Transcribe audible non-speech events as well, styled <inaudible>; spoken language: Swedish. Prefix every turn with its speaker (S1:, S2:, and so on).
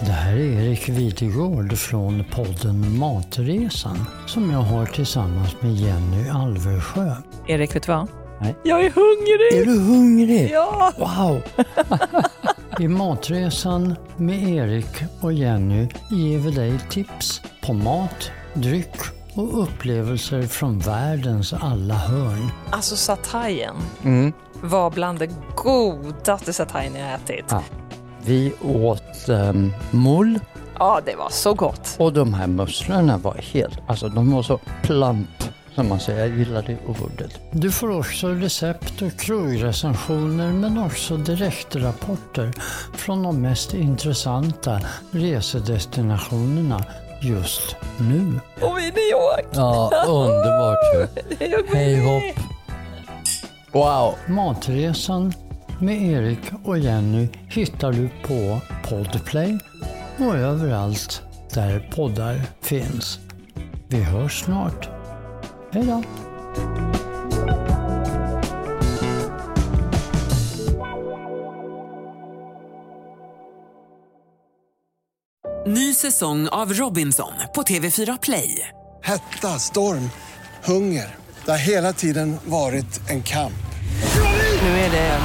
S1: Det här är Erik Videgård från podden Matresan som jag har tillsammans med Jenny Alversjö.
S2: Erik, vet du vad?
S1: Nej.
S2: Jag är hungrig!
S1: Är du hungrig?
S2: Ja!
S1: <laughs> Wow! I Matresan med Erik och Jenny ger vi dig tips på mat, dryck och upplevelser från världens alla hörn.
S2: Alltså satajen Mm. var bland det godaste satajen jag ätit. Ja,
S1: Vi åt um, mull
S2: det var så gott.
S1: och de här musslorna var helt, alltså de var så plump som man säger. Jag gillar det ordet. Du får också recept och krogrecensioner men också direktrapporter från de mest intressanta resedestinationerna just nu.
S2: Och i New York!
S1: Ja, <laughs> underbart.
S2: Jag går
S1: Hej
S2: med.
S1: hopp. Wow. Matresan med Erik och Jenny hittar du på Podplay och överallt där poddar finns. Vi hörs snart. Hej då.
S3: Ny säsong av Robinson på TV4 Play.
S4: Hetta, storm, hunger. Det har hela tiden varit en kamp.
S3: Nu är det